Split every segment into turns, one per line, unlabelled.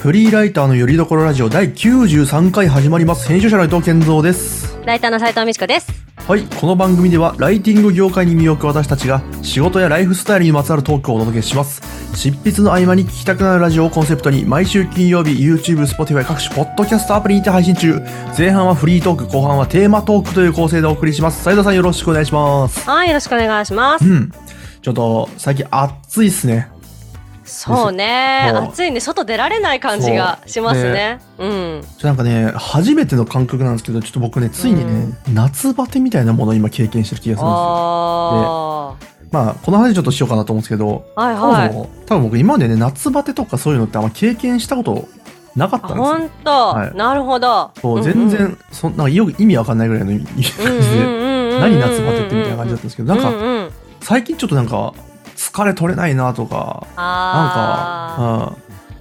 フリーライターのよりどころラジオ第93回始まります。編集者の伊藤健三です。
ライターの斉藤美智子です。
はい、この番組ではライティング業界に魅力私たちが仕事やライフスタイルにまつわるトークをお届けします。執筆の合間に聞きたくなるラジオをコンセプトに毎週金曜日 YouTube、Spotify 各種ポッドキャストアプリにて配信中。前半はフリートーク、後半はテーマトークという構成でお送りします。斉藤さんよろしくお願いします。
はい、よろしくお願いしま
う
す。
ん。ちょっと最近暑いっすね。
そうね、
そう
暑いね、外出られない感じがしますね。うん。
ちょなんかね、初めての感覚なんですけど、ちょっと僕ね、ついにね、夏バテみたいなものを今経験してる気がするんですよ。
あ
まあ、この話ちょっとしようかなと思うんですけど、
あ、はい
そもそ
はい。
も多分僕今までね、夏バテとかそういうのってあんま経験したことなかったん
あ、
ですよ。
本当、
はい
なるほど。
そう
うん
全。然、そんなんかよく意味わかんないぐらいの感じ
うんう
で、
んうんうん
何夏バテってみたいな感じだったんですけど、なん
うん
か
うん、
最近ちょっとなんか、疲れ取れないなとか、なん
あ
か、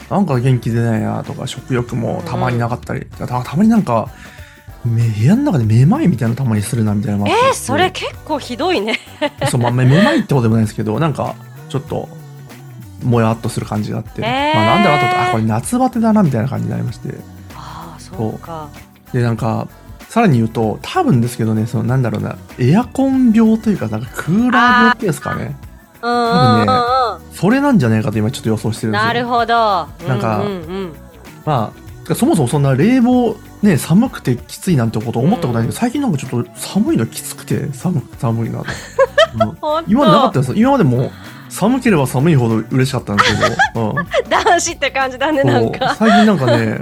うんなんか元気出ないなとか、食欲もたまになかったり、たたまになんか、め部屋の中でめまいみたいなのたまにするなみたいなのも
ー
あって
えー、それ結構ひどいね。
そう、まあ、めめまいってことでもないんですけど、なんか、ちょっと、もやっとする感じがあって、
えー
まあ、なんだろうと思って、あ、これ夏バテだなみたいな感じになりまして。
ああ、そうか。
で、なんか、さらに言うと、多分ですけどね、その、なんだろうな、エアコン病というか、なんか、クーラー病っていうんですかね。
うんうんうんうん。
それなんじゃないかと今ちょっと予想してるんですよ。
なるほど。
んか
うんうんうん、
まあ、てかそもそもそんな冷房、ね、寒くてきついなんてこと思ったことないけど、最近なんかちょっと寒いのきつくて、寒く、寒い なと。うん
本当
今までなかったんですよ。今までも、寒ければ寒いほど嬉しかったんですけ ど、うん。
男子って感じだね、
そ
なん
う
か。
最近なんかね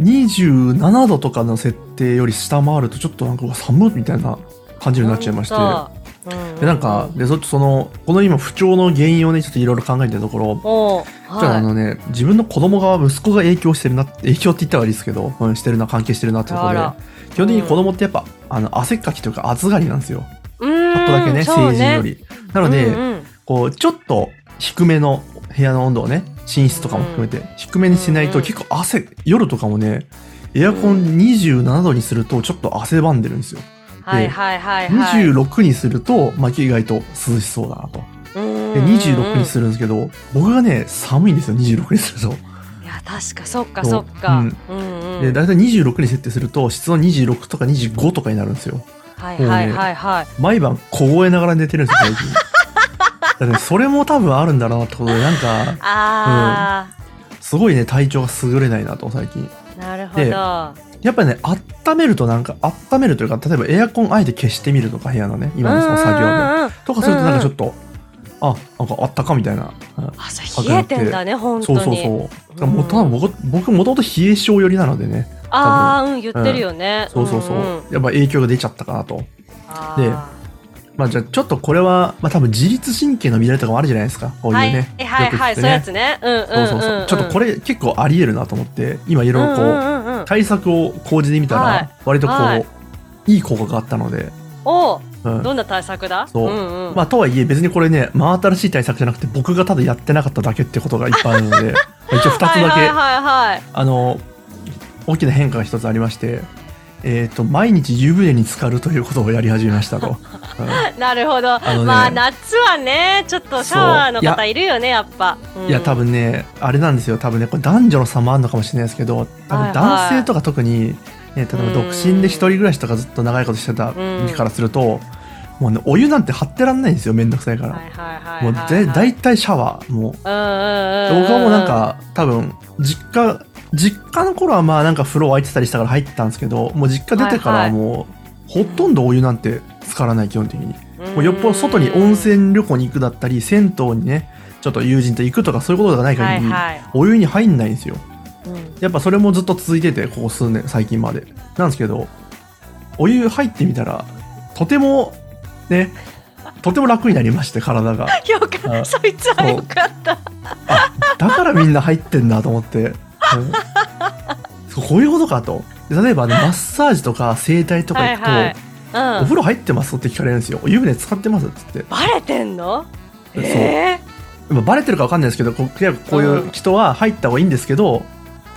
27度とかの設定より下回るとちょっとなんかうわ寒っみたいな感じになっちゃいまして
そう。うう
でなんかでそそのこの今不調の原因をねちょっといろいろ考えてるところ
おう
ちょっとあ
は
のね、自分の子供側息子が影響してるな影響って言ったら悪いですけど、うん、してるな関係してるなってとこ
あ
ろ
ら
で基本的に子供ってやっぱ、あの汗っかきというか暑がりなんですよ
い。うん
ちょっとだけね
そう
成人より、なので、
うんうん
こうちょっと低めの部屋の温度をね寝室とかも含めて低めにしないと
うん
結構汗夜とかもねエアコン27度にするとちょっと汗ばんでるんですよ
はいはいはいはい。
26にすると、まあ、意外と涼しそうだなとで26にす
る。
るんですけど僕がね寒いんですよ26にする
いや確かそっか
そ
そうっか。
う
うんんうん
とで大体26に設定すると室温26とか25とかになるんですよ
はいはいはいはい。
毎晩凍えながら寝てるんです よ最近だからねそれも多分あるんだろうなってことでなんか
あ
すごいね体調が優れないなと最近
あなるほど。
やっぱりね温めるとなんか温めるというか例えばエアコンあえて消してみるとか部屋のね今のその作業で
業
とかするとなんかちょっと、あなんかあったかみたいな、うん
朝冷えてんだね本当
そ
に。
うそうそうだからもう
うん
多分僕僕もともと冷え性寄りなのでね
ああうん言ってるよね。
そうそうそう、
んん
やっぱ影響が出ちゃったかなと
あ
で
ー
まあじゃあちょっとこれは、まあ、多分自律神経の乱れとかもあるじゃないですかこういう
はい
ね、
はいはい
よく聞くね
そういうやつね。うんうん
そうそうそう、
うん。
ちょっとこれ結構ありえるなと思って今い
れ
ろいろこう,、
こ
対策を講じてみた
はい
ら割とこう、
はい
い、い効果があったので、
おう
うん
どんな対策だ？
そうん
ん
まあとはいえ別にこれね真新しい対策じゃなくて僕がただやってなかっただけってことがいっぱいあるの でまあ一応2つだけ、
はいはいはいはい。
あの大きな変化が1つありまして、えー、と毎日湯船に浸かるということをやり始めました と。う
なるほ
の
ど、
ね
まあ夏はねちょっとシャワーの
そ
方
う
いるよねやっぱ、うん
んいや多分ねあれなんですよ多分ねこれ男女の差もあるのかもしれないですけど多
はいは
分
い
男性とか特に、ね、例えば
うん
独身で一人暮らしとかずっと長いことしてた
うん
身からすると、もうねお湯なんて張ってらんないんですよめんどくさいから。
はいはいはい
もう
はい
だだいたいシャワーもう
うんうんうん
僕はもうなんか多分実家実家の頃はまあなんか風呂空いてたりしたから入ってたんですけどもう実家出てからはもうほとんどお湯なんて浸からない基本的にもうよっぽど外に温泉旅行に行くだったり銭湯にねちょっと友人と行くとかそういうことがない
はい
限り
はい、
お湯に入んないんですよ
うん
やっぱそれもずっと続いててここ数年最近までなんですけどお湯入ってみたらとてもねとても楽になりまして体が
よかっ
あ
たそいつはよかった
だからみんな入ってんだと思って、うんそうこういうことかとで例えばねマッサージとか整体とか行くと「
はいはい
お
うん
風呂入ってます?」って聞かれるんですよ「お湯船使ってます?」っつって
バレてんの
そう
え
まあバレてるか分かんないですけどこうこういう人は入った方がいいんですけど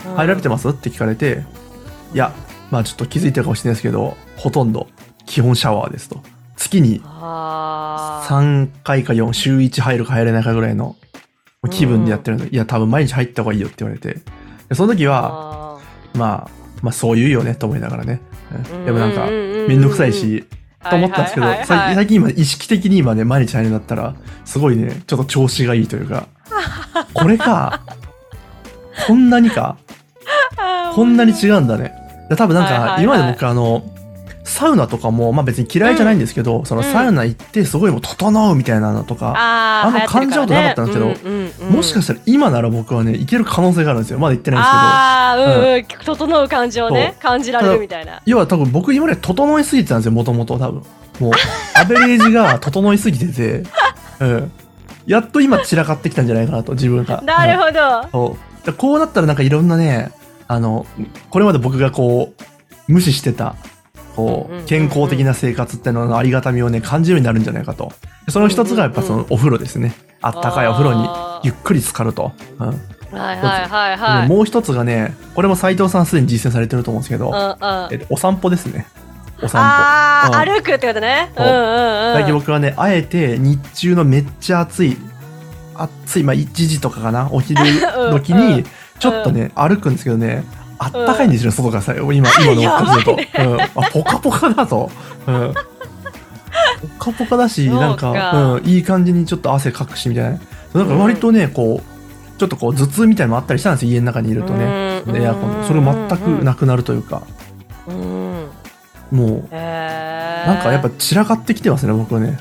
ー
入られて
も
ますって聞かれて「いやまあちょっと気づいてるかもしれないですけどほとんど基本シャワーです」と月に
あー
3回か4週1入るか入れないかぐらいの気分でやってるので、いや多分毎日入った方がいいよって言われてでその時は、
あ
まあ、まあそう言うよねと思いながらね。う
ー
んでもなんか、
うううう
めんどくさいし、と思ったんですけど、
はいはい
最
は
近
いはい
最近今意識的に今ね、毎日入るんだったら、すごいね、ちょっと調子がいいという か、これか、こんなにか、
あー
こんなに違うんだね。で多分なん
はいはい
か
は、い
今まで僕あの、サウナとかも、まあ別に嫌いじゃないんですけど、その
うん
サウナ行ってすごいもう整うみたいなのとか、
あー
あんま感じたことなかったんですけど
流行ってるからねうんうんうん
もしかしたら今なら僕はね、行ける可能性があるんですよ。まだ行ってないんですけど。
ああうんうん、整う感情ね
そ
感じられるみたいな
要は多分僕今まで整いすぎてたんですよ、もともと多分。 もう、アベレージが整いすぎてて、うん。やっと今散らかってきたんじゃないかなと、自分が。
なるほ
ほ
ど
ど。そうでこうなったらなんかいろんなね、あの、これまで僕がこう、無視してた、こ
うんうんうんう
う、
ん
健康的な生活ってののありがたみをね、感じるようになるんじゃないかと。でその一つがやっぱそのお風呂ですね。あったかいお風呂に
あー
ゆっくり浸かると。うん。で
はいはいはいはい
もう一つがね、これも斉藤さんすでに実践されてると思うんですけど、
うんうん
えっとお散歩ですね。お散歩。
ああ、
う
歩くってことね。う
そ
ん
う
うんうん。
最近僕はね、あえて日中のめっちゃ暑い、暑い、まあ1時とかかな、お昼時
うんう
に
ん、
ちょっとね、歩くんですけどね、あったかいんですよ、外がさ、今、今の
やばい
と、うん。あ、ポカポカだと。うん。ポカポカだし、
そうか
なんか、うん、いい感じにちょっと汗かくし、みたいな。なんか割とね、こう、ちょっとこう、頭痛みたいなのもあったりしたんですよ、家の中にいるとね。
うん
でエアコン。それ全くなくなるというか、
うん
もう、
へー
なんかやっぱ散らかってきてますね、僕はね。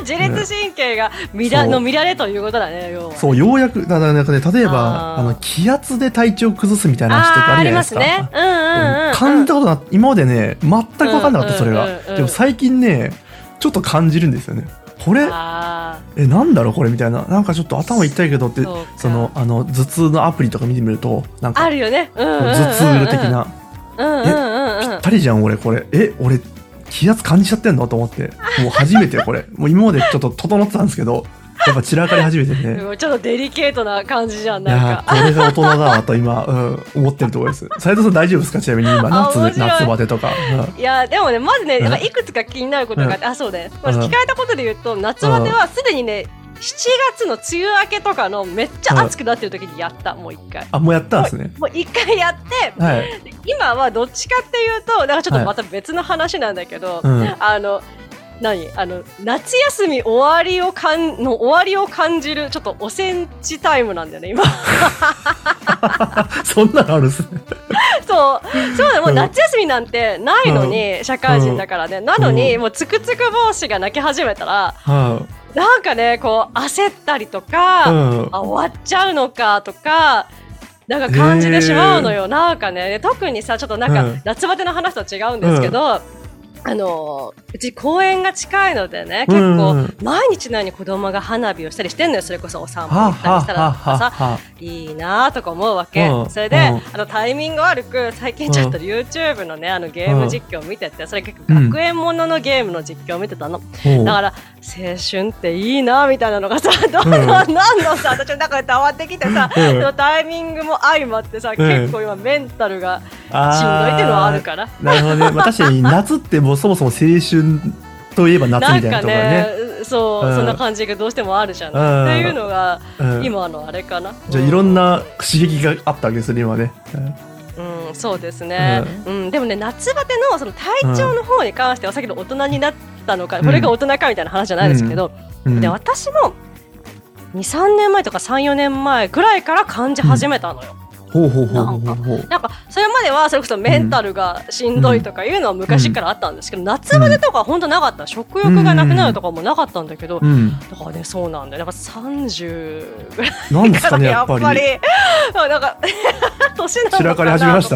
自律神経が
そ
乱
う
の乱れということだね、要は。
そう、ようやく、だからなんかね、例えば、
あー
あの、気圧で体調崩すみたいな話と
あ
か
ー
あ
あ
るじゃな
り
い
ま
ですか。
ね。うんうんうん。
感じたことな、今までね、全く分かんなかった、それ
うんうんうんう
が。
ん
でも最近ね、ちょっと感じるんですよね。これ、
あ
え、なんだろう、これみたいな。なんかちょっと頭痛いけどって、
そう
そ
か
の、あの、頭痛のアプリとか見てみると、なん
ーあ
か、
るよね。うんうんうんうん。
頭痛的。な、
うんうんうんうん。
たりじゃん、俺、これ。え、俺、気圧感じちゃってんのと思って。もう初めて、これ。もう今までちょっと整ってたんですけど、やっぱ散らかり始めてね。
うんちょっとデリケートな感じじゃん、
いや
なん
ー
か。
これが大人だわと今、うん、思ってるところです。斉藤さん大丈夫ですかちなみに今、
あ
夏、
面白い
夏バテとか。
いやでもねまずね
うん
なんかいくつか気になることがあって、あそうね、まず
うん
聞かれたことで言うと夏バテはすでにね7月の梅雨明けとかのめっちゃ暑くなってる時にやったもう一回
あ、もうやったんですね。
もう一回やって
はい。
今はどっちかっていうとだからちょっとまた別の話なんだけど、
うん。
あの何あの夏休み終わりをかんの終わりを感じるちょっとおセンチタイムなんだよね今
そんなのあるんですね。
そうそうだもう夏休みなんてないのに、社会人だからね、なのに、
うん
もうつくつく帽子が泣き始めたら、
は
なんかねこう焦ったりとか、
い。うん。
あ終わっちゃうのかとかなんか感じてしまうのよ、なんかねで特にさちょっとなんか、
うん
夏バテの話と違うんですけど、あのうち公園が近いのでね結
う
構
ん
毎日のように子供が花火をしたりしてんのよそれこそお散歩行
は
ったり
は
した
は
らとか
は
さ
はい
いなとか思うわけ、
うん
それで、
うん
あのタイミング悪く最近ちょっと YouTube のねあのゲーム実況を見ててそれ結構学園もののゲームの実況を見てたの、
ほう
だから青春っていいなみたいなのがさどんどんどんどんさ私の中で溜まってきてさ、
うん
そのタイミングも相まってさ、結構今メンタルがしんどいっていうのはあるから。
あーなるほどね。まあ確かに夏ってもうそもそも青春といえば夏
な
み
ん
たいな
か
ところね。
ね、そう、
うん
そんな感じがどうしてもあるじゃん。
うん
っていうのが、
うん
今のあれかな。
じゃあいろんな刺激があったわけですね、今ね。うん
うん、うんそうですね、うん。でもね、夏バテのその体調の方に関しては、さっきの大人になったのか、
うん
これが大人かみたいな話じゃないですけど、
うん
で私も23年前とか34年前ぐらいから感じ始めたのよ、
ほうほうほうほうほうほう。
なんかそれまではそれこそメンタルがしんどいとかいうのは昔からあったんですけど、夏までとか本当なかった食欲がなくなるとかもなかったんだけど、
うん。
だからねそうなんだよなんか30ぐらい
なんです
か
からね、
や
やっ
っぱ
ぱ
り
り。
そうなんか年なのかな
散らかり始めまし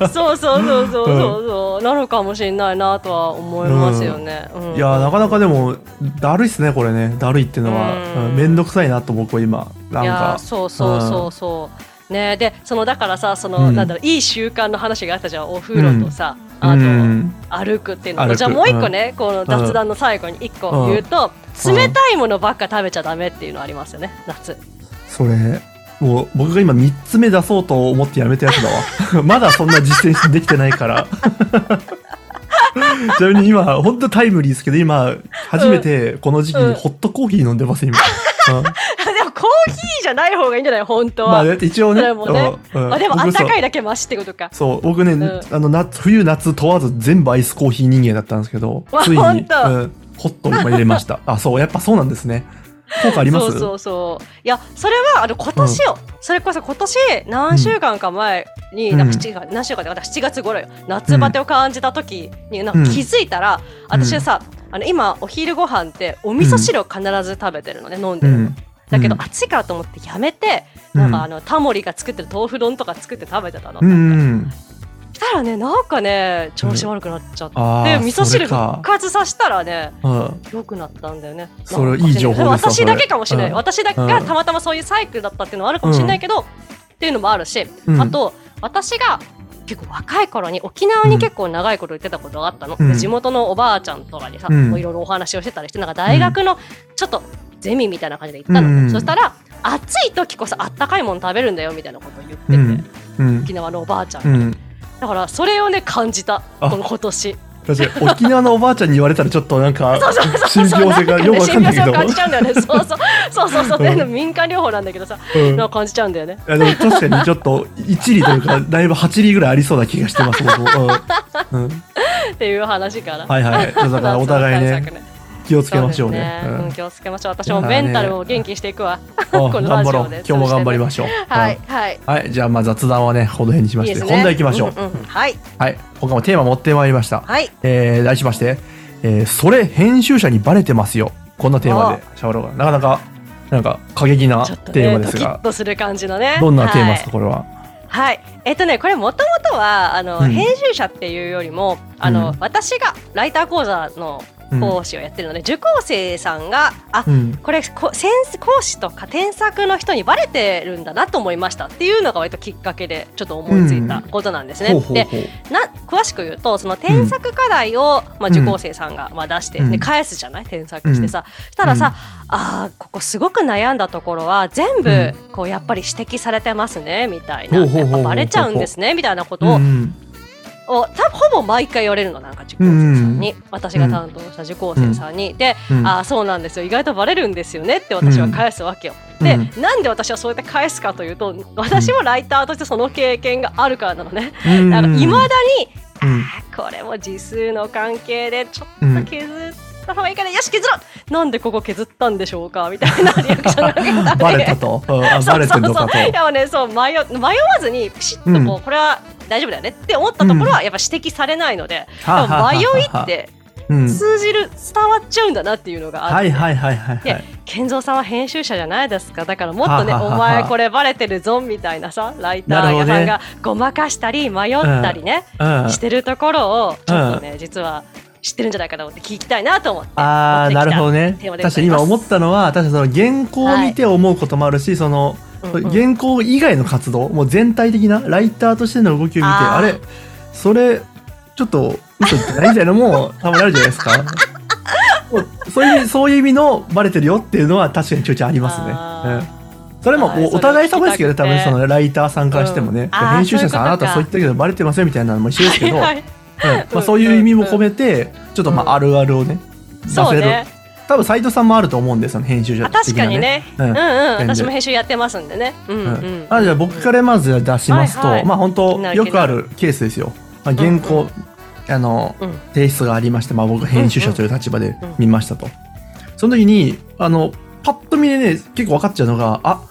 た。
そうそうそうそうそうそう、なのかもしれないなとは思いますよね、うん
いやーなかなかでもだるいっすねこれねだるいっていうの
う
は
ん
うんめんどくさいなと僕は今なん
いやー
か
そうそうそうそう、ねでそのだからさその、
うん
なんだろういい習慣の話があったじゃんお風呂とさ、あ
う
と、
ん
歩くっていう
歩
の
く
じゃあもう一個ね、この雑談の最後に一個言うと、
うん
冷たいものばっか食べちゃダメっていうのありますよね 夏
それもう僕が今3つ目出そうと思ってやめたやつだわ まだそんな実践できてないから ちなみに今本当タイムリーですけど今初めてこの時期
うん
にホットコーヒー飲んでます今、うん
でもココーヒーじゃない方がいいんじゃない本当は、
まあね、一応ね。
それもね
うんうん
あでもあ
僕
っ
そ
た
う
かいだけマシってことか
そう、僕ね、
ん
あの夏、冬夏問わず全部アイスコーヒー人間だったんですけど、
わ
ついに、
ほんと
うんホットを入れま した。あ、そう、やっぱそうなんですね。効果あります
そうそうそういやそれはあの今年よ、それこそ今年何週間か前に、
うん
なんか7月何週間だから7月頃よ夏バテを感じた時になんか気づいたら、私はさあの今お昼ご飯ってお味噌汁を必ず食べてるのね、飲んで
う
るの、
ん。
だけど、
うん
暑いからと思ってやめて、
うん
なんかあのタモリが作ってる豆腐丼とか作って食べてたの、
うんう
なんか
ん。
したらねなんかね調子悪くなっちゃって、
ああ。
で味噌
それ
汁復
か。
活させたらね
うん。
良くなったんだよね。
それ
なんか
いい情報ですわ
私だけかもしれない、
それ
私だけ
う
が
ん
たまたまそういうサイクルだったっていうのはあるかもしれないけど、っていうのもあるし、
うん
あと私が結構若い頃に沖縄に結構長いこと行ってたことがあったの、
うん
で地元のおばあちゃんとかにさ、
うん
こういろいろお話をしてたりしてなんか大学のちょっとゼミみたいな感じで行ったの、
うん
そしたら暑い時こそあったかいもの食べるんだよみたいなことを言ってて、
うん。うん。
沖縄のおばあちゃん、
うん。
だからそれをね感じた
あ
この今年
確かに、沖縄のおばあちゃんに言われたらちょっとなんか
そうそう、そ
信
うそう
憑性がよくわかんないけ
信憑性
ど
を。感じちゃうんだよね。そうそうそうそうそう。
うん
で民間療法なんだけどさ、
うん
なんか感じちゃうんだよね。
いやでも確かにちょっと1厘というか、だいぶ8厘ぐらいありそうな気がしてます、僕も。うん。うん
っていう話から。
はい はい。だからお互いね、気をつ
つ
けましょうね。う
うん
ん
気をつけましょう。私もメンタルを元気にしていくわ。
あ
こ
頑
のラ
張
ジ
ろう
オ。で
今日も頑張りましょう。
は
う
い
ん
はい。
はい。じゃあ、まあ雑談はね、この辺にしま
いい
し
で
て、
すね
本題行きましょう。
んんんはい
はい。今回もテーマ持ってまいりました。
はい。
えー、題しまして、えーそれ編集者にバレてますよ。こんなテーマでしゃべろうかな。なかなか、なんか過激な
ちょっと
テーマ
ね
で
ド
す
キッ
が、
とする感じのね。
どんなテーマです
は
か、これは。
いはい。えっとねこれもともとはあの
うん
編集者っていうよりもあ
う
の
ん
私がライター講座の
うん
講師をやってるので受講生さんがあ
うん。
これこ先生講師とか添削の人にバレてるんだなと思いましたっていうのが割ときっかけでちょっと思いついたことなんですね。
ほうほう
で
ほう。
な詳しく言うとその添削課題を、まあ、受講生さんが、まあ、出して、
うん
で返すじゃない添削してさ、したらさ、あーここすごく悩んだところは全部、
うん
こうやっぱり指摘されてますねみたいな
ほうほうほうほう
やっぱバレちゃうんですねみたいなことを、
うん
をたほぼ毎回言われるのなんか受講生さんに、私が担当した受講生さんに、で
うん
ああそうなんですよ意外とバレるんですよねって私は返すわけよ。
うん
で、
う
なんで私はそうやって返すかというと私もライターとしてその経験があるからなのね。
うん
だからいまだに、
うん
あーこれも字数の関係でちょっと削った方がいいから、よし削ろうなんでここ削ったんでしょうかみた いなリアクションが受 けた
バレたと。うんあバレてんのかと。
でもねそう迷迷わずにピシッとこう、これは大丈夫だよねって思ったところはやっぱ指摘されないので、
はあはあはあはあ
迷いって
うん
通じる伝わっちゃうんだなっていうのがある、
はいはいはいはいはい
で。健三さんは編集者じゃないですかだからもっとね
はははは
お前これバレてるぞみたいなさライターさん
な
がごまかしたり迷ったりね、
うん
してるところをちょっとね、実は知ってるんじゃないかなと思って聞きたいなと思って
あーなるほどね
テーマでございま
確
す
かに今思ったのは確かにその原稿を見て思うこともあるし、その
うんうん
原稿以外の活動もう全体的なライターとしての動きを見て
あー
あれそれちょっと嘘じゃないみたいなの もたまにあるじゃないですかもうそういう意味そういう意味のバレてるよっていうのは確かにちょいちょいありますね、うん、それも
はい
こうお互い様ですけどね
そ
多
れを
分
聞きたくて
そのライターさんからしてもね、
うんあー
編集者さんあな
そういうことか
たそう言ったけどバレてませんみたいなのも一緒ですけど、
はいはい
うんまあ、そういう意味も込めてちょっとま
うん
ああるあるをね、出せ
そう
る
ね
多分斎藤さんもあると思うんですよ編集者
あ
的な
確かにね
うん
うんうん
全然
私も編集やってますんでねうん
う
うんん、
あじゃあ僕からまず出しますと、
はいはい
まあ本
気にな
当
る
よくあるケースですよ、まあ、原稿、
うん
あの
うん
提出がありまして、まあ、僕編集者という立場で
うん
見ましたと、その時にあのパッと見でね結構分かっちゃうのがあ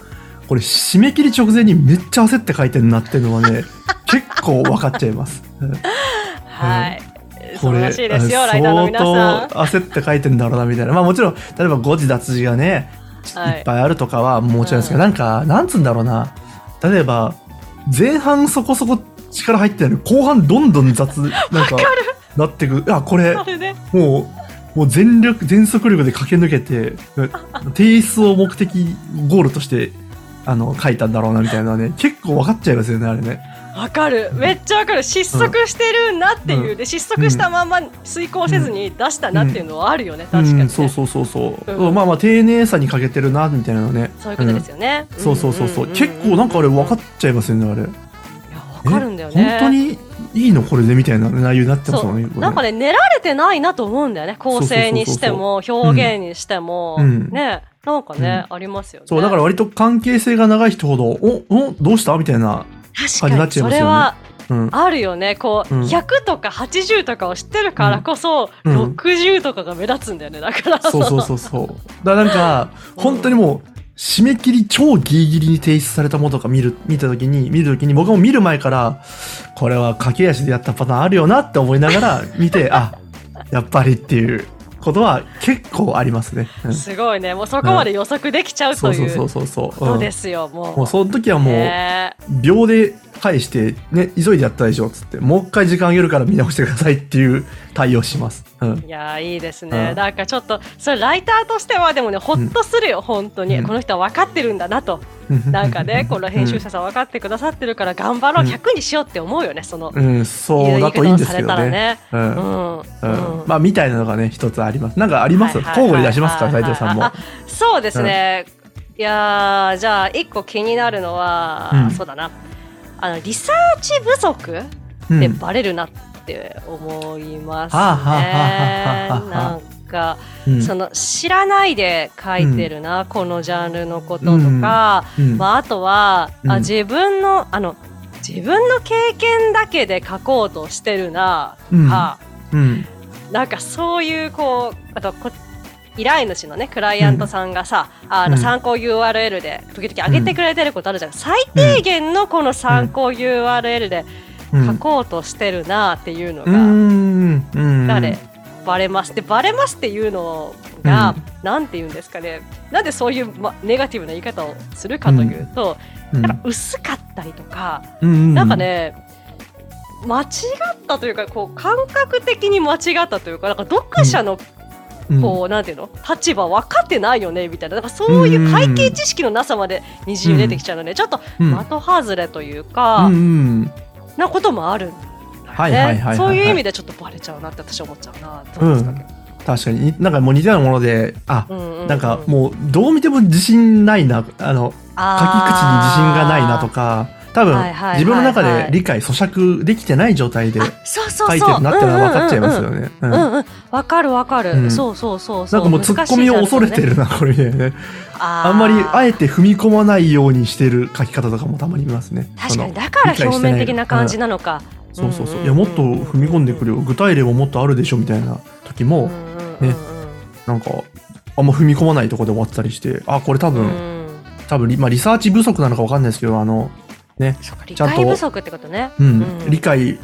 これ締め切り直前にめっちゃ焦って書いてんなっていうのは ね結構分かっちゃいます。うん
はい
こ
素晴
れ
らしいですよ
あ
ライターの皆さ
相
ん
当焦って書いてんだろうなみたいなまあもちろん例えば誤字脱字がね、
はい
い、っぱいあるとかはもちろんですけど、
う
なんかなんつうんだろうな例えば前半そこそこ力入ってないのに後半どんどん 雑なんかなってくあこれ
あれね
もうもう全力全速力で駆け抜け てう提出を目的ゴールとしてあの書いたんだろうなみたいなのはね結構分かっちゃいますよねあれね。
わかるめっちゃわかる失速してるなっていう、で失速したまんま遂行せずに出したなっていうのはあるよね、確かに、ね
うん、そうそうそうそう、
うん
まあまあ丁寧さに欠けてるなみたいなのね
そういうことですよね、
うんそうそうそうそう,、
んんん
結構なんかあれ分かっちゃいますよねあれ
いやわかるんだよ
え
ね
本当にいいのこれでみたいな内容になってます
そ
もんね。こ
う
れ
なんかね練られてないなと思うんだよね構成にしても表現にしても、
うん
ねなんかね、ありますよね
そう、だから割と関係性が長い人ほど、お、お、どうしたみたいな。感
確
じになっちゃい
そ
ますよね
れは
うん。
あるよねこう、
うん
100とか80とかを知ってるからこそ、
うん
60とかが目立つんだよねだから
そうそうそうそう。だからなんか、
うん
本当にもう、締め切り超ギリギリに提出されたものとか見る、見た時に、見る時に、僕も見る前から、これは駆け足でやったパターンあるよなって思いなが ら見て、あ、やっぱりっていうことは結構ありますね。うん
すごいねもうそこまで予測できちゃう
そ
と
うそ
いう
そううそうそう。
こと
うん
ですよ、もう
もうその時はもう、
ね
秒で返して、ね、急いでやったでしょっつって、もう一回時間あげるから見直してくださいっていう対応します。うん。
いやーいいですね、
うん
なんかちょっとそれライターとしてはでもねほっとするよ、本当に、
うん
この人は分かってるんだなと なんかねこの編集者さん分かってくださってるから頑張ろう、
うん
100にしようって思うよねその、
うん、うん、そう
言
だ
い
といい
方
ん
を
です
さ
け
れ
ど
たら
ね。
ね。
う。
うんん、
うん
うん
まあ、みたいなのがね、一つあります。なんかあります
はいはい
交互に出しますから、
はい
斉
はい
藤さんも
あ。そうですね、いやーじゃあ一個気になるのは、
うん
そうだなあのリサーチ不足
うん
でバレるなって思います
はあはあはあは
ね
あ。
なんか、
うん
その知らないで書いてるな、このジャンルのこととか、
うん
まあ、あとは、
うん
あ自分のあの自分の経験だけで書こうとしてるなと
うん
か、
うん
なんかそういうこうあとこ依頼主のねクライアントさんがさ、あの
うん
参考 URL で時々上げてくれてることあるじゃん、最低限のこの参考 URL で
うん
書こうとしてるなっていうの
う
が、
んうん
誰バレますでバレますっていうのが、なんて言うんですかねなんでそういう、ま、ネガティブな言い方をするかというと、
うん
なんか薄かったりとか、
うん
なんかね間違ったというかこう感覚的に間違ったというかなんか読者の
うん
こう、なんていうの立場分かってないよねみたいななんかそういう会計知識のなさまでにじみ出てきちゃうので、ちょっと
うん
的外れという
う
か、
んうん
なこともあるん
はい
で、
はいはいはいはい
そういう意味でちょっとバレちゃうなって私は思っちゃうなどうですかね、
確かになんかもう似たようなものであ
ううう
なんかもうどう見ても自信ないなあの書き口に自信がないなとか多分
はいはいはいはい
自分の中で理解咀嚼できてない状態で
あ
書
ーあそうそうそう
いてるなってのは分かっちゃいますよ
ね
ね。
う
うん
うんうんうんわかるわかる、
うん
そうそうそうそ
なんかもう突っ込みを恐れて
る
るな、これみたいなね。
あ
あんまりあえ
て
て踏み込まないようにしてる書き方とかもたまに見ますね。
確か
その
にだから
理解してない
表面的な感じなのか、
そうそうそう。いや、もっと踏み込んでくるよ。具体例ももっとあるでしょみたいな時
うん
も、
うんうんうん
ねなんか、あんま踏み込まないとこで終わってたりして、あ、これ多
うん
分、
うん
多分リ、まあリサーチ不足なのかわかんないですけど、あの、
そうか理
ちゃんと
解不足ってことね。
うん、
うん
理解、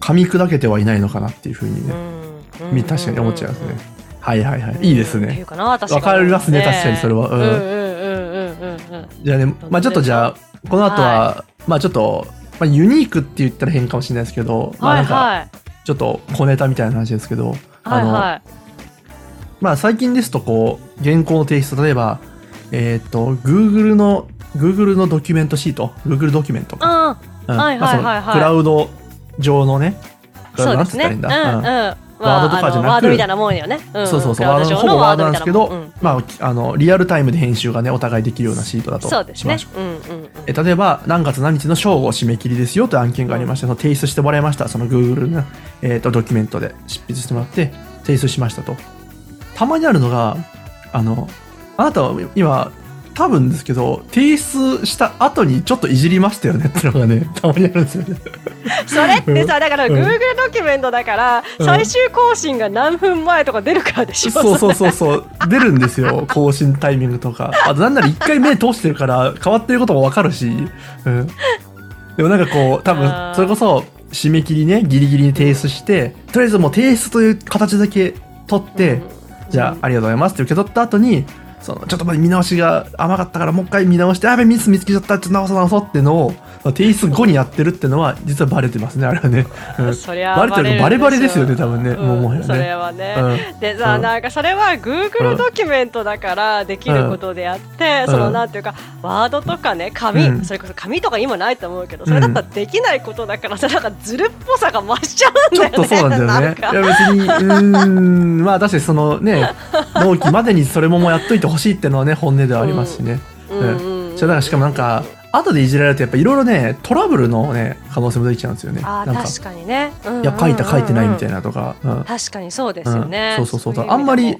噛み砕けてはいないのかなっていうふうに
う
ね、
ん
み確かに思っちゃいますね。。はいはいはい。いいですね。
わ
わかりますね確かにそれは
う
うんん
うんうんうんうん
じゃあね、まあちょっとじゃあ、この後は、まあちょっと、まあユニークって言ったら変かもしれないですけど、まあ
は
ないんか、
はい
ちょっと小ネタみたいな話ですけど、
はいは
まあ最近ですとこう、原稿の提出、例えば、えーっ、と、Google の、Google のドキュメントシート、Google ドキュメント
い。う
か。
ん
うん
はいはいはいはい
まあそのクラウド上のね、クラウドなん
そうで
て
す
言
ね。
った
う
らいい
んうんん。
だ。うん
ま
ワ
あ
ードとかじゃなく
あのワードみたいなもんよね。ん
そうそうそう、
クラ
ワ
ウ
ード
ド上
ほ
の
ぼ
ワ
ワ
ー
ード
ド
なん
み
で
たい
す
な
け
もん
ど、まあ、あの、リアルタイムで編集がね、お互いできるようなシートだ
うん
と
そうです
しま
ね
しょう。。
うんうん
え例えば何月何日の正午締め切りですよという案件がありまして、その提出してもらいましたその Google の、えーとドキュメントで執筆してもらって提出しましたとたまにあるのがあのあなたは今多分ですけど提出した後にちょっといじりましたよねっていうのがねたまにあるんですよね
それってさだから
うん
Google ドキュメントだから
うん
最終更新が何分前とか出るからでしょ
そうそうそうそう出るんです よ更新タイミングとかあとなんなら一回目通してるから変わってることもわかるし、うん、でもなんかこう多
あ
分
ー
それこそ締め切りねギリギリに提出してとりあえずもう提出という形だけ取って、じゃあありがとうございますって受け取った後にそのちょっとまだ見直しが甘かったからもう一回見直してあやべミス見つけちゃったちょっと直そう直そうってのを提出後にやってるってのは実はバレてますねあれはね、うん
そりゃ
バレてるのバレバレですよね多分ね、
うん
もうもはや
それ
ね、
はね、
うん
でさ、
うん
なんかそれは Google ドキュメントだからできることであって、
うん
そうの
ん
なんていうかワードとかね紙、
うん
それこそ紙とか今ないと思うけどそれだったらできないことだからさなんかずるっぽさが増しちゃう ん
ちょ
だよ
っ
ね
とそうなんだよ
な
ね
ん。か
いや別に、うー ん、まあ確かにそのね、納期までにそれももうやっといてほしいってのはね、本音ではありますしね。
うんうんうん
じゃあだからしかもなんか、後でいじられるとやっぱいろいろねトラブルのね可能性も出てきちゃうんですよね
あ
な
ー
んか
確かにね、うんうん
いや書いた書いてないみたい
な
なとか、うん
確かにそうですよね、
うんそうそうそう
い意味でも
あんまり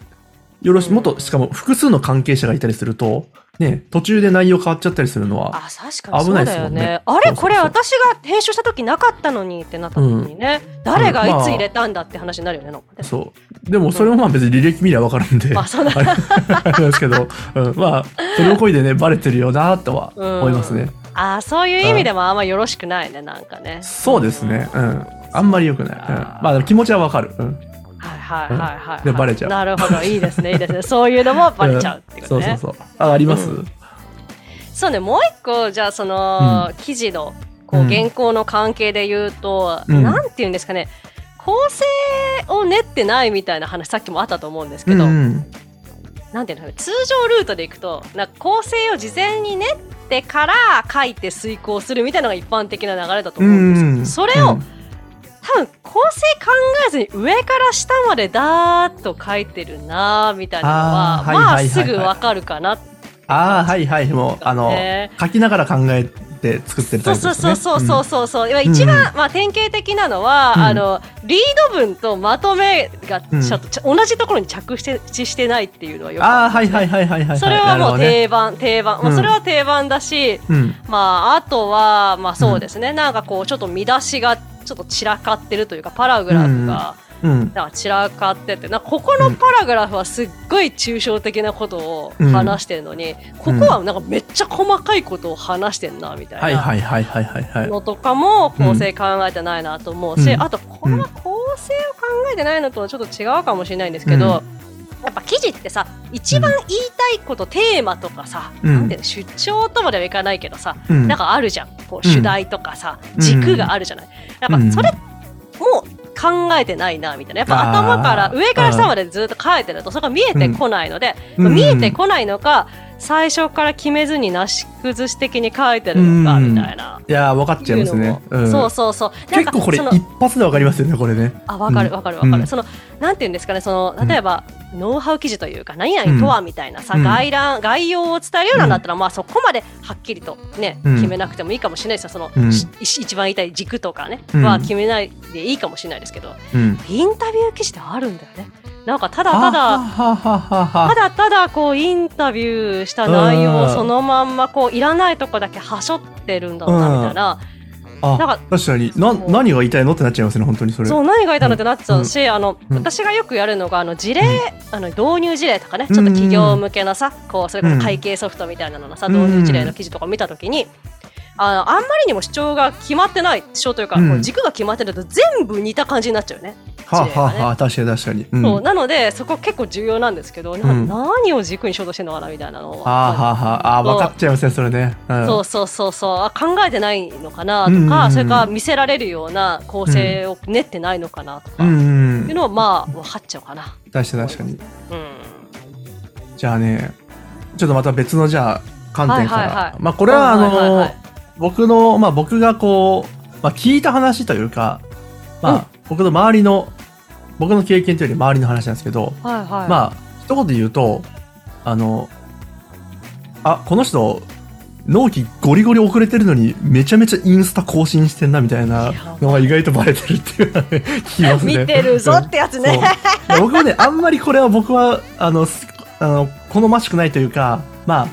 よろしもっとしかも複数の関係者がいたりするとね途中で内容変わっちゃったりするのは
あ確かに
危
そうだ
ないですも
よ
ん
ね
ね
あ
そうそう
れ
そう
これ私が編集した時なかったのにってなった時にね、誰がいつ入れたんだって話になるよね、なんかね
そうでもそれもまあ別に履歴見りゃ分かるんで、
まあそうだ
あれあれですけど、うん、まあそれをこいでねバレてるよなとは思いますね、
ああそういう意味でもあんまよろしくないねなんかね
そうですねうんあんまり良くない、うん、まあでも気持ちは分かる、うん、
はいはいはいはい、はい
でバレちゃう
なるほどいいですねいいですねそういうのもバレちゃうっていう
そ
こと
うそ
ね、
うそうああります、
うそうねもう一個じゃあその、記事のこ
う
うん原稿の関係で言うと、
うん
なんて言うんですかね構成を練ってないみたいな話さっきもあったと思うんですけど、
うん
なんていうの通常ルートでいくとなんか構成を事前に練ってから書いて遂行するみたいなのが一般的な流れだと
う
思うん
ん
です
う
けど、
ん
それを、
うん
多分構成考えずに上から下までだーっと書いてるなーみたいなのは
あーはい
ま
は
あ
いはい
す
はい
ぐわかるかなって
ああはいはいもうあの、
ね
書きながら考えて作ってるタ
そう
イプ
そ
ですね
うそうそうそ
そ
うそうそう、一番、まあ、典型的なのは、
うん
あのリード文とまとめがちょっと、同じところに着地してしてないっていうのはよく
ああ
ある
はいはいはいはいはいい
それはもう
なる
定番、定番、ま
う
あ、
ん
それは定番だし、
ほどね
まああとはまあそうですね、なんかこうちょっと見出しがちょっと散らかってるというかパラグラフが。
うんうん
なんか散らかっててなんかここのパラグラフはすっごい抽象的なことを話してるのに、ここはなんかめっちゃ細かいことを話してんなみた
はいい
な
はいはいはいはいはい
のとかも構成考えてないなと思うし、
うん
あとこれは構成を考えてないのとはちょっと違うかもしれないんですけど、
うん
やっぱ記事ってさ一番言いたいこと、テーマとかさ、
うん
なんていうの出張とまではいかないけどさ、
うん
なんかあるじゃんこ
う
う
ん
主題とかさ、
うん
軸があるじゃないやっ
う
ぱ
ん
それも考えてないなみたいなやっぱ
あー
頭から上から下までずっと書いてるとそれが見えてこないので、
うん
見えてこないのか最初から決めずになし崩し的に書いてるのか
うん
みたいな。
いやー分かっちゃいます
いうの
ね
も、
うん、
そうそうそうなん
結
か
構これ
その
一発で分かりますよねこれね
あわかる
うん
わかるわかる、
うん
そのなんていうんですかねそ
うん
の例えば、ノウハウ記事というか何々とはみたいなさ、
うん
概覧概要を伝えるようなんだったら、まあそこまではっきりとね、
うん
決めなくてもいいかもしれないですよその、
うん
し一番痛い軸とかね、
うん
は決めないでいいかもしれないですけど
うん
インタビュー記事ってあるんだよねなんかただ
は
た
あは
だ
あはあはあ
た
は
だただこうインタビューした内容
う
を
ん
そのまんまこういらないとこだけはしょってるんだろうなみたいな、
あ
なんか
確かにな
そう
何が言いたいのってなっちゃいますね本当にそれ
そう何がいたのってなっちゃうし、あの
うん
私がよくやるのがあの事例、あの導入事例とかね
う
ちょ
ん
っと企業向けのさこうそれこ
うん
そ会計ソフトみたいなののさ導入事例の記事とか見た時にあのあんまりにも主張が決まってない主張というか、
うん
こう軸が決まってると全部似た感じになっちゃうよね。
はあ
事例が
は
ね
あはあ確かに確かに、うん、
そう
は
なのでそこ結構重要なんですけど、な
うん
何を軸に衝動してるのかなみたいなのを
あはあはああ
そう
分かっちゃいますねそれね、うん、
そうそうそうそうあ考えてないのか
う
なと
んうんうんう
か
ん
それから見せられるような構成を練ってないのかなとか、
ん
っ
うん
ていうのをまあ分かっちゃうかな。
確かに確かに
うん
じゃあねちょっとまた別のじゃあ観点から、
はいはいはい
まあこれはあの、
はいはいはい
僕のまあ僕がこう、まあ、聞いた話というかまあ、
うん
僕の周りの僕の経験というより周りの話なんですけど、
はいはい。
まあ一言で言うとあのあこの人納期ゴリゴリ遅れてるのにめちゃめちゃインスタ更新してんなみたいない
や
のが意外とバレてるっていうのは ね聞きます
見
ね。
てるぞってやつね。
そう僕はねあんまりこれは僕はあのすあの好ましくないというかまあ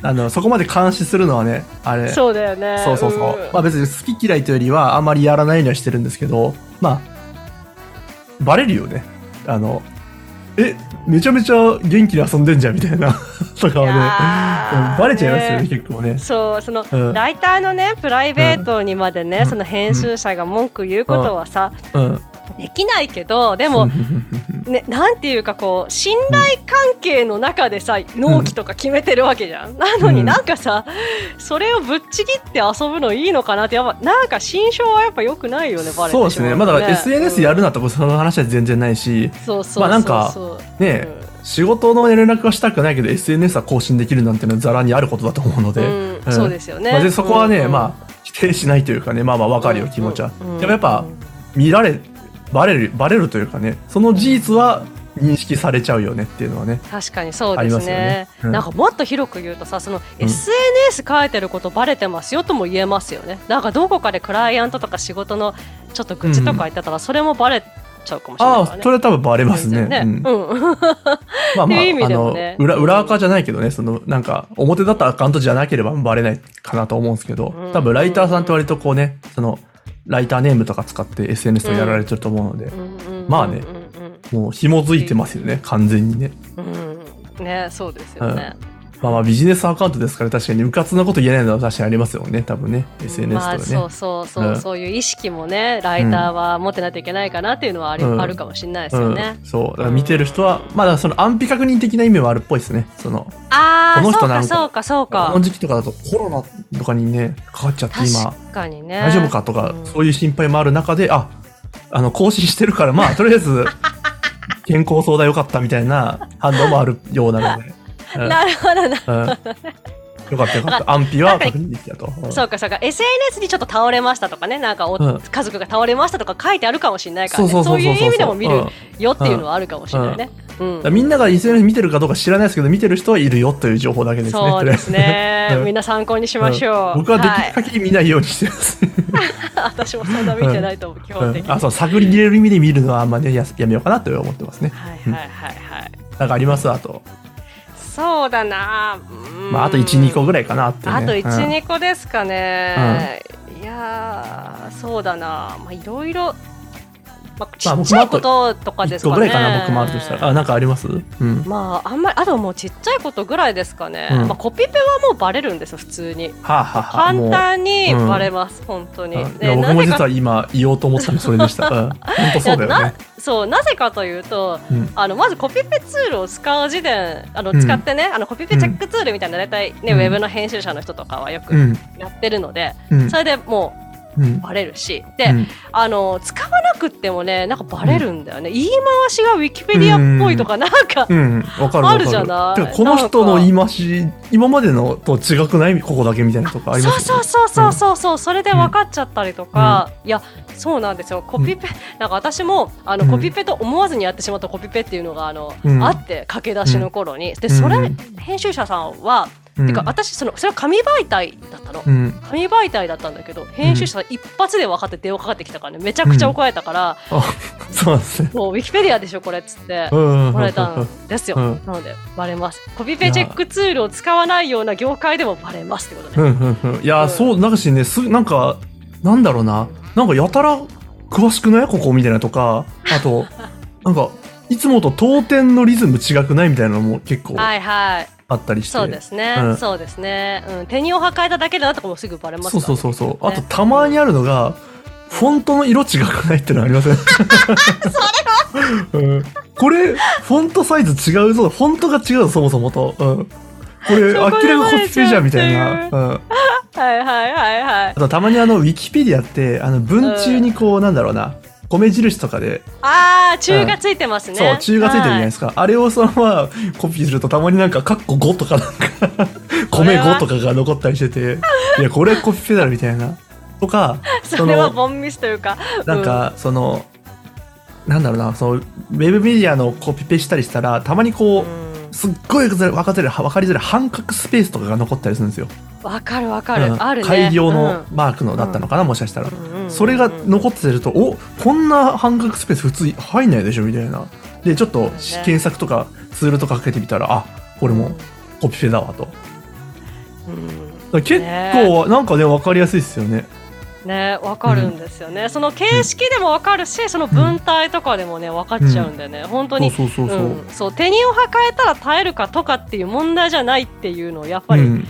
あのそこまで監視するのはねあれ
そうだよね。
そうそうそうまあ別に好き嫌いというよりはあんまりやらないようにはしてるんですけどまあバレるよねあのえめちゃめちゃ元気で遊んでんじゃんみたいな とかは
い
ね
やー
バレちゃいますよね
ね
結構ね
そうその、
うん
ライターのねプライベートにまでね、
うん
その編集者が文句言うことはさ、
うん
できないけどでも、ね、なんていうかこう信頼関係の中でさ納期とか決めてるわけじゃん、なの
う
に
ん
なんかさそれをぶっちぎって遊ぶのいいのかなってやっぱなんか心象はやっぱ良くないよねバレてし
そうですねまあだから SNS やるなとかその話は全然ないし
そうそうそうそう
まあなんかね
うん
仕事の連絡はしたくないけど SNS は更新できるなんてのはざらにあることだと思うので、
うん
うん
そうですよね、
まあでそこはね、
うんうん
まあ否定しないというかねまあまあわかるよ気持ちは、
うんうん
でもやっぱ見られバレるバレるというかねその事実は認識されちゃうよねっていうのはね。
確かにそ
あ
うで
り
す
ま
ね
すよねうん
なんかもっと広く言うとさその
うん
SNS 書いてることバレてますよとも言えますよねなんかどこかでクライアントとか仕事のちょっと愚痴とか言ってたらそれもバレちゃうかもしれない
あ
から
あ、
ね
それは多分バレますね。
全然
うん
うん、
まあまあ、
っていう意味
あ
でも
の
ね、
裏、裏垢じゃないけどね、その、なんか、表だったアカウントじゃなければバレないかなと思うんですけど
うん、
多分ライターさんって割とこうね、その、ライターネームとか使って SNS とかやられてると思うので、
うんうんうん
まあね
う
もう紐づいてますよね、完全にね。
んうんうんねそうですよね、
まあまあビジネスアカウントですから確かにうかつなこと言えないのは確かにありますよね、多分ね、
まあ
SNS と
そ
か
う
ね。
そうそう、
うん
そういう意識もねライターは持ってないといけないかなっていうのはあり、
うん
あるかもしれないです
う
よ
ん
ね、、
そうだから見てる人は、まあだからその安否確認的な意味はあるっぽいですねその
ああ
この人なんか
そうかそう
こ
かそ
の
うか
時期とかだとコロナとかにねかかっちゃって今
確かにね
大丈夫かとか、
うん
そういう心配もある中でああの更新してるからまあとりあえ ず健康相談よかったみたいな反応もあるようなので、うん
なるほ
う
どな
ん、よかったよかった安否は確認できたと、うん
そうかそうか SNS にちょっと倒れましたとかねなんか
う
お、
ん
家族が倒れましたとか書いてあるかもしれないからねそういう意味でも見
う
る
ん
よっていうのはあるかもしれないね。うん
だからみんなが SNS 見てるかどうか知らないですけど見てる人はいるよという情報だけですね
そうですね
とりあえずうん
みんな参考にしましょう、
僕はでき
は
る
い、
限り見ないようにしてます、
私もそんな見てないと思う基本的に、
あそう探り入れる意味で見るのはあんまねややめようかなと思ってますね
はいはいはいはい
なんかありますあと、
そうだなうん
まあ、あと12個ぐらいかなって、ね、
あと1、
うん
2個ですかね、いやーそうだなまあいろいろまあちっちゃいこととかです
1個
か
ぐ
ね
らいかな僕もあるとしたらあなんかありますうん
まああんまりあともうちっちゃいことぐらいですかね、
うん
まあ、コピペはもうバレるんですよ普通に
はあ、はあはあ、
簡単に
もううん
バレます、本当に、
もううんい
で
や僕も
なぜ
実
か
は今言おうと思ってたのそれでしたうん本当そうだ
いや
よ
な
ね
そうなぜかというと
うん
あのまずコピペツールを使う時点あの
うん
使ってね、あのコピペチェックツールみたいな大体ね、
うん
ウェブの編集者の人とかはよく
うん
やってるので、
うん
それでもう
うん
バレるしで、
うん
あの使わなくってもねなんかバレるんだよね、言い回しがウィキペディアっぽいとか、なんか、
うん、わかるわかる。
あるじゃない
てかこの人の言い回し、今までのと違くないここだけみたいなとこあり
そ
ま
う
すよ
そう
ね。
そうそうそうそう、それで分かっちゃったりとか、いやそうなんですよコピペ、なんか私もあの
うん
コピペと思わずにやってしまったコピペっていうのがあの、
うん
あって駆け出しの頃に、でそれ、
うん
編集者さん
う
は、
ん
てか私そのそれは紙媒体だったの、
うん。
紙媒体だったんだけど編集者さん一発で分かって電話かかってきたからねめちゃくちゃ怒られたから、
あ、そうなんですね。
もうウィキペディアでしょこれっつって。
うん。
怒られたんですよ、
うん
なのでバレますコピペチェックツールを使わないような業界でもバレますってことね
うんうんうん。いや、そう、なんかしね、すなんか、なんだろうな。なんかやたら詳しくないここみたいなとか、あと、 なんか、いつもと当店のリズム違くないみたいなのも結構あ
はいはい
ったりして。
そうですね、
うん
そうですね、うん、手にを履かれただけだとかもすぐバレます
そうそうそうそう。あ
ね
と、たまにあるのが、フォントの色違くないってのありま せんそれは、うん、これ、フォントサイズ違うぞ。フォントが違うぞ、そもそもと。うん、これ、
そ
明ら
こで
かコピペじゃんみたい
バレちゃう
な。
っ
うん、あ
うはいはいはいはい
と、たまにあの、ウィキペディアって、あの、文中にこう、なんだろうな、米印とかで、
ああ中がついてますね、
そう、中がついてるじゃないで
は
すか。あれをそのままコピーすると、たまになんか、カッコ5とかなん か、
これ
米
は
5とかが残ったりしてて、いや、これコピペだろみたいな。とか、
それはボンミスというか
なんか、そのなんだろうなそのウェブメディアのコピペしたりしたらたまにこ
う
う、
ん
すっごい分かりづらい分かりづらい半角スペースとかが残ったりするんですよ。
わかるわかる、
うん
あるね
改良のマークのだったのかな、もしかしたら。それが残ってると、おこんな半角スペース普通入んないでしょみたいな。で、ちょっとし
そうね
検索とかツールとかかけてみたら、あこれもコピペだわと。だか
うんうん
ら結構、なんかね、分かりやすいですよね。
ね、わかるんですよね、その形式でもわかるし、その文体とかでもね、分かっちゃうんでね、本当に。
そうそうそうそう。
うん、そう手にをはかえたら耐えるかとかっていう問題じゃないっていうのをやっぱ
う
り
ん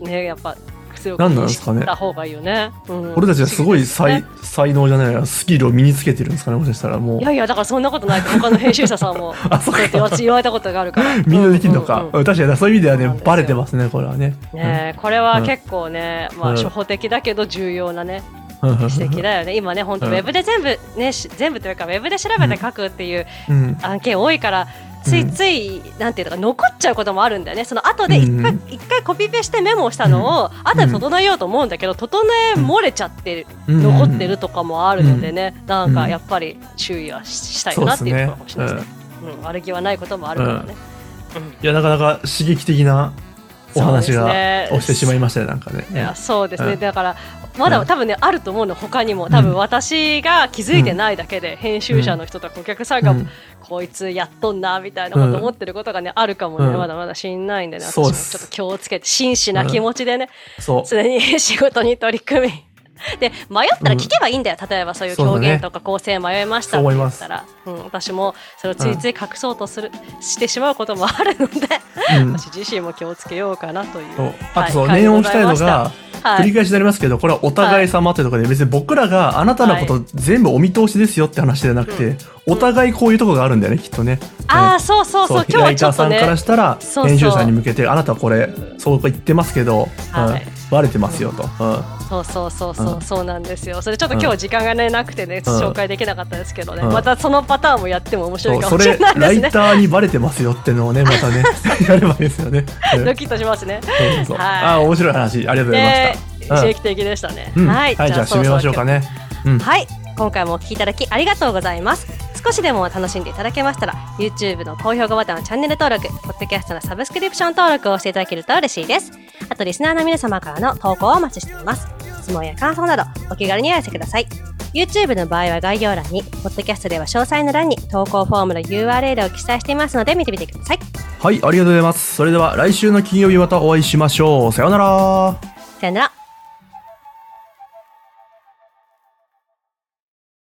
ね、やっぱ強く
何なん
認
で
識
すかね
した方がいいよね。うん
俺たちはすごい
不思議
才,、
ですね
才能じゃないなスキルを身につけてるんですかねもしかしたらもう
いやいやだからそんなことない他の編集者さんも
あそっ
そうやって
か
私言われたことがあるから。
みんなできるのか、
うんうんうん
確かにそういう意味では
そうな
ね
んですよ
バレてますねこれはね
ねえこれは結構ね、まあ
うん
初歩的だけど重要なね
うんうん
指摘だよね。今ね本当
う
ウ
ん
ェブで全部ねし全部というかウェブで調べて書くっていう
うん
案件多いからついつい、なんていうのか残っちゃうこともあるんだよねその後で一回,、
うん
一回コピペしてメモをしたのを後で整えようと思うんだけど整え漏れちゃってる、
うん
残ってるとかもあるのでね、なんかやっぱり注意はししたい
そうで
なって
す
いう
ね
ところかもしれないですね。うん悪気はないこともあるからね。
いやなかなか刺激的なお話
そう
が
ですね
起きてしまいましたねなんかね。
いやそうですね、
うん
だからまだ
うん
多分ね、あると思うの他にも多
う
分
ん
私が気づいてないだけで、編集者の人とかお客さんが、
うん
こいつやっとんなみたいなこと思ってることがね、あるかもね、
うん
まだまだしんないんでね私
そう
も
で
ち
す
ょっと気をつけて真摯な気持ちでね、
そう
常に仕事に取り組みで迷ったら聞けばいいんだよ、例えばそういう
そうだね
表現とか構成迷いまし
そ
た
う思
って
い
言
ま
っ
す
たらう、ん、私もそれをついつい隠そうとする、してしまうこともあるので、
うん
私自身も気をつけようかなという
そうあとそう、
はい
念を押したいのが、
は
繰り
い、
返しになりますけどこれはお互い様というところで別に僕らがあなたのこと全部お見通しですよって話じゃなくて、
う
お互いこういうところがあるんだよねきっとね。
ああそうそうそう今日
ラ
は
イ
ち
タ
ょ
ー
っと
さん
ね
からしたら
そうそう
編集者に向けてあなたはこれそう言ってますけど、
はい
うんバレてますよと。うん
そうそうそうそううんそうなんですよそれちょっと
うん
今日時間がねなくてね
うん
紹介できなかったですけどね
うん
またそのパターンもやっても面白
そ
いうか
そ
もし
れ
れない
ライ
ですね
ターにバレてますよってのをねまた ねやればいいですよね。うん
ドキッとしますね
そうそう
はい
あー面白い話ありがとうございま
ね
した。う
刺
ん
激的でしたね
うん
はい
はい、じゃあ
そ
締
ろ
め
そろ
ましょうかね。うん、
はい今回もお聞きいただきありがとうございます少しでも楽しんでいただけましたら YouTube の高評価ボタンチャンネル登録ポッドキャストのサブスクリプション登録をしていただけると嬉しいですあとリスナーの皆様からの投稿をお待ちしています質問や感想などお気軽にお寄せください YouTube の場合は概要欄にポッドキャストでは詳細の欄に投稿フォームの URL を記載していますので見てみてください
はい、ありがとうございます。それでは来週の金曜日またお会いしましょう。さようなら。
さよなら